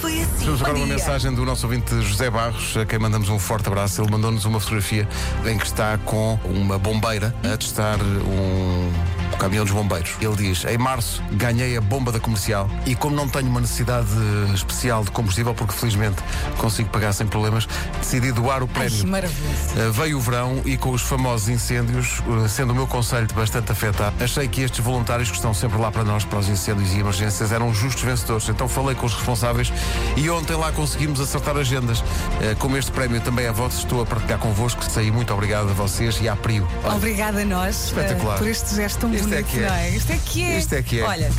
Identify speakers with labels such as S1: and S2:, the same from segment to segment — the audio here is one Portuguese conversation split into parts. S1: foi assim.
S2: Temos
S1: Bom
S2: agora uma
S1: dia.
S2: mensagem do nosso ouvinte José Barros, a quem mandamos um forte abraço. Ele mandou-nos uma fotografia em que está com uma bombeira a testar um caminhão dos bombeiros. Ele diz: Em março ganhei a bomba da comercial e, como não tenho uma necessidade especial de combustível, porque felizmente consigo pagar sem problemas, decidi doar o
S3: Ai,
S2: prémio.
S3: que maravilhoso.
S2: Uh, Veio o verão e com os famosos incêndios, uh, sendo o meu conselho de bastante afetado, achei que estes voluntários que estão sempre lá para nós, para os incêndios e emergências, eram justos vencedores. Então falei com os responsáveis e ontem lá conseguimos acertar agendas. Uh, Como este prémio também é vosso, estou a partilhar convosco. Saí muito obrigado a vocês e à Prio. Olha,
S3: Obrigada a nós
S2: Espetacular.
S3: eh, por este gesto tão
S2: Isto é
S3: bonito.
S2: que é.
S3: não é? Isto é que é.
S2: Isto é que é.
S3: Olha,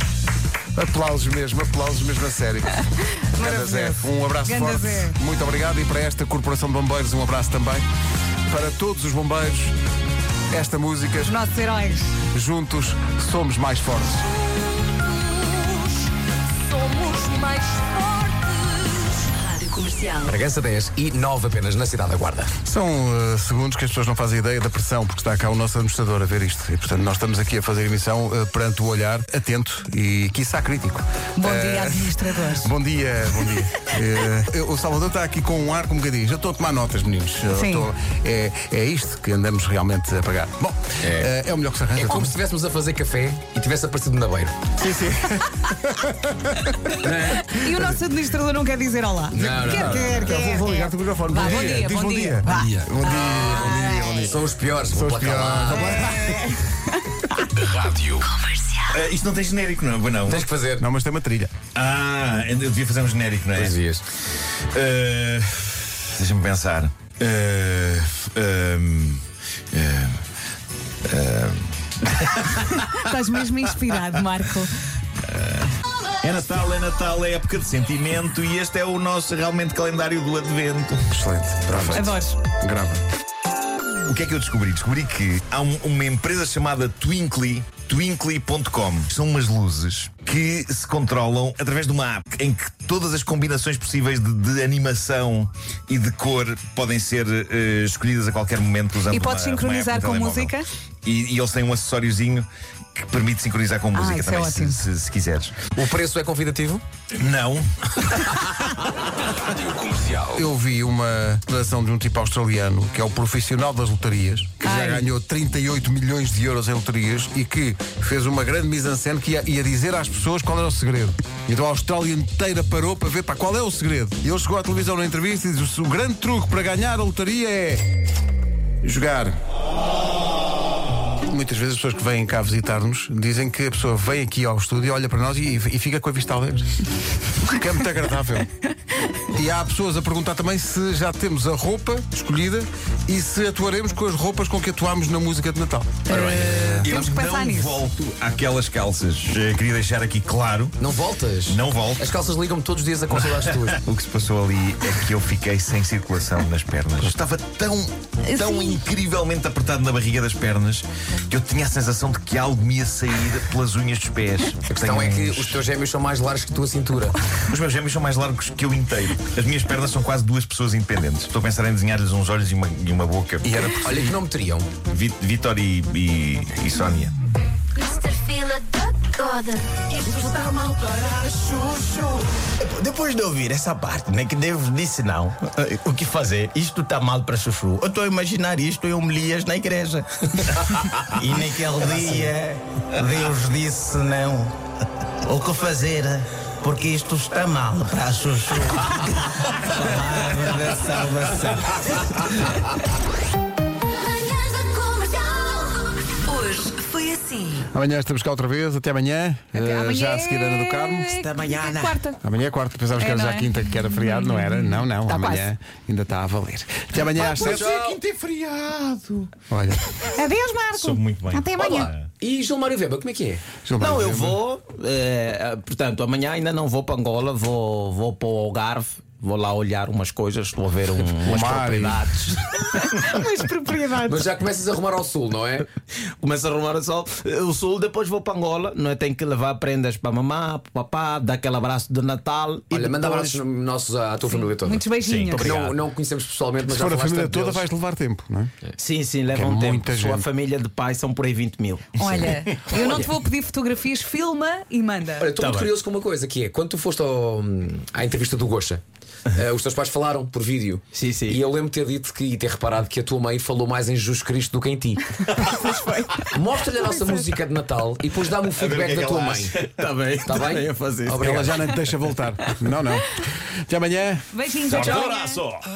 S3: Oh.
S2: Aplausos mesmo, aplausos mesmo a sério. Ganda
S3: Maravilhoso.
S2: Zé, um abraço
S3: Ganda
S2: forte.
S3: Zé.
S2: Muito obrigado e para esta Corporação de Bombeiros, um abraço também. Para todos os bombeiros, esta música.
S3: os nossos heróis.
S2: Juntos somos mais fortes.
S1: Somos mais fortes. Rádio Comercial.
S4: Bragança 10 e 9 apenas na cidade da Guarda.
S2: São eh, segundos que as pessoas não fazem ideia da pressão, porque está cá o nosso administrador a ver isto. E, portanto, nós estamos aqui a fazer emissão eh, perante o olhar atento e, quiçá, crítico.
S3: Bom
S2: Eh,
S3: dia, administradores.
S2: Bom dia, bom dia. Eh, o Salvador está aqui com um ar como que diz. Eu estou a tomar notas, meninos. Eu
S3: Sim.
S2: estou- é, é isto que andamos realmente a pagar. Bom, eh,
S4: É.
S2: é, o melhor que se arranja.
S4: É como se estivéssemos a fazer café e tivesse aparecido na beira.
S2: Sim, sim.
S3: E o nosso administrador não quer dizer olá. quer,
S4: não, não,
S3: quer,
S2: Eu
S3: quer.
S2: Tá, vou, vou ligar-te o microfone.
S3: é, Vá, bom dia,
S2: Diz
S3: bom
S2: bom
S3: dia.
S2: dia.
S3: Vá. Ah.
S2: dia, bom dia. Bom dia, bom dia.
S4: São os piores.
S2: São
S4: vou
S2: os
S4: placar
S2: piores.
S4: lá.
S2: Vá lá.
S5: Ah, isto não tem genérico, não? Pois não.
S4: Tens que fazer.
S2: Não, mas tem uma trilha.
S5: Ah, eu devia fazer um genérico, não é?
S4: dias.
S5: Ah, Deixa-me pensar. Ah, ahm, ah,
S3: Estás mesmo inspirado, Marco.
S5: é Natal, é Natal, é época de sentimento e este é o nosso realmente calendário do Advento.
S2: Excelente. Perfeito.
S3: Adoro.
S2: Grava.
S5: O que é que eu descobri? Descobri que há um- uma empresa chamada Twinkly, twinkly.com. São umas luzes que se controlam através de uma app em que todas as combinações possíveis de, de animação e de cor podem ser eh, escolhidas a qualquer momento usando
S3: E podes
S5: uma- uma
S3: sincronizar
S5: app no
S3: com
S5: telemóvel.
S3: música?
S5: E, e eles têm um acessóriozinho que permite sincronizar com música
S3: isso é
S5: também,
S3: ótimo.
S5: se, se- se quiseres.
S4: O preço é convidativo?
S5: Não,
S2: Eu vi uma declaração de um tipo australiano que é o profissional das lotarias, que
S3: Ai.
S2: já ganhou 38 milhões de euros em lotarias e que fez uma grande mise en scène que ia, ia dizer às pessoas qual era o segredo. Então a Austrália inteira parou para ver para qual é o segredo. E ele chegou à televisão na entrevista e disse: o grande truque para ganhar a lotaria é jogar. Muitas vezes as pessoas que vêm cá visitar-nos dizem que a pessoa vem aqui ao estúdio, olha para nós e, e fica com a vista alegre. Que é muito agradável. E há pessoas a perguntar também se já temos a roupa escolhida e se atuaremos com as roupas com que atuámos na música de Natal.
S5: eu
S3: Temos que pensar
S5: não
S3: nisso.
S5: volto àquelas calças. Eh, Queria deixar aqui claro.
S4: Não voltas?
S5: Não volto.
S4: As calças ligam-me todos os dias a consolar as tuas.
S5: O que se passou ali é que eu fiquei sem circulação nas pernas. Eu estava tão, tão incrivelmente apertado na barriga das pernas que eu tinha a sensação de que algo me ia sair pelas unhas dos pés.
S4: A questão é que os teus gêmeos são mais largos que a tua cintura.
S5: Os meus gêmeos são mais largos que eu inteiro. As minhas pernas são quase duas pessoas independentes. Estou a pensar em desenhar-lhes uns olhos e uma, e uma boca.
S4: E era Olha, que não me teriam.
S5: Vi- Vitor e, e, e Sónia.
S6: Mr. Fila da toda.
S7: Depois de ouvir essa parte, né, que Deus disse não, eh, o que fazer? Isto tá mal para Chuchu. Eu estou a imaginar isto em Homilias na igreja. e naquele dia, Deus disse não. O que fazer? Porque isto está mal para Chuchu. Palavra da salvação.
S6: Manhãs da comercial.
S1: Hoje foi assim.
S2: Amanhã estamos cá outra vez, até amanhã. Eh,
S3: Amanhã
S2: Já a seguir Ana do Carmo.
S3: é-
S7: Até amanhã,
S3: é
S7: Ana.
S3: Quarta.
S2: Amanhã é quarta, pensávamos que
S3: É,
S2: era
S3: não
S2: já
S3: é?
S2: quinta, que era feriado, não era? Não, não,
S3: Tá
S2: amanhã ainda está a valer. Até amanhã às sete.
S5: quinta é feriado.
S2: Olha,
S3: Adeus, Marco.
S5: Soube muito bem.
S3: Até amanhã.
S4: E Gilmário Weber, como é que é?
S2: Gilberto,
S7: Não, eu vou. eh, eh, portanto, amanhã ainda não vou para Angola, vou, vou para o Algarve. Vou lá olhar umas coisas, vou ver um, umas
S2: mar e-
S7: propriedades.
S3: Mas
S2: Ah,
S3: propriedades.
S4: Mas já começas a arrumar ao sul, não é?
S7: Começo a arrumar o sol, eh, o sul, depois vou para Angola, não é? Tenho que levar prendas para mamá, para papá, dar aquele abraço de Natal.
S4: Olha,
S7: e
S4: manda
S7: depois-
S4: abraços nossos à à tua família toda.
S3: Muitos beijinhos.
S7: Sim,
S4: Não, não conhecemos pessoalmente, mas
S2: Se
S4: já
S2: for a
S4: falaste
S2: família
S4: tanto
S2: toda,
S4: deles.
S2: vais levar tempo, não é?
S7: Sim, sim, leva
S2: Que é
S7: um tempo.
S2: muita
S7: Sua
S2: gente.
S7: família de pai são por aí 20 mil.
S3: Olha, eu não te vou pedir fotografias, filma e manda.
S4: Olha, estou
S7: Tá
S4: muito
S7: bem.
S4: curioso com uma coisa que é quando tu foste ao, hum, à entrevista do Gocha, eh, os teus pais falaram por vídeo.
S7: Sim, sim.
S4: E eu lembro ter dito que e ter reparado que a tua mãe falou mais em Jesus Cristo do que em ti. Mostra-lhe a nossa música de Natal e depois dá-me o
S5: é. A ver o que
S4: feedback
S5: é que
S4: da tua
S5: ela
S4: mãe.
S5: acha.
S7: Está tá bem,
S3: Tá
S4: Está bem?
S7: a fazer.
S4: Obrigado.
S2: Ela já não te deixa voltar. Não, não. Até amanhã.
S3: Beijinhos, tchau.
S5: Um Abraço!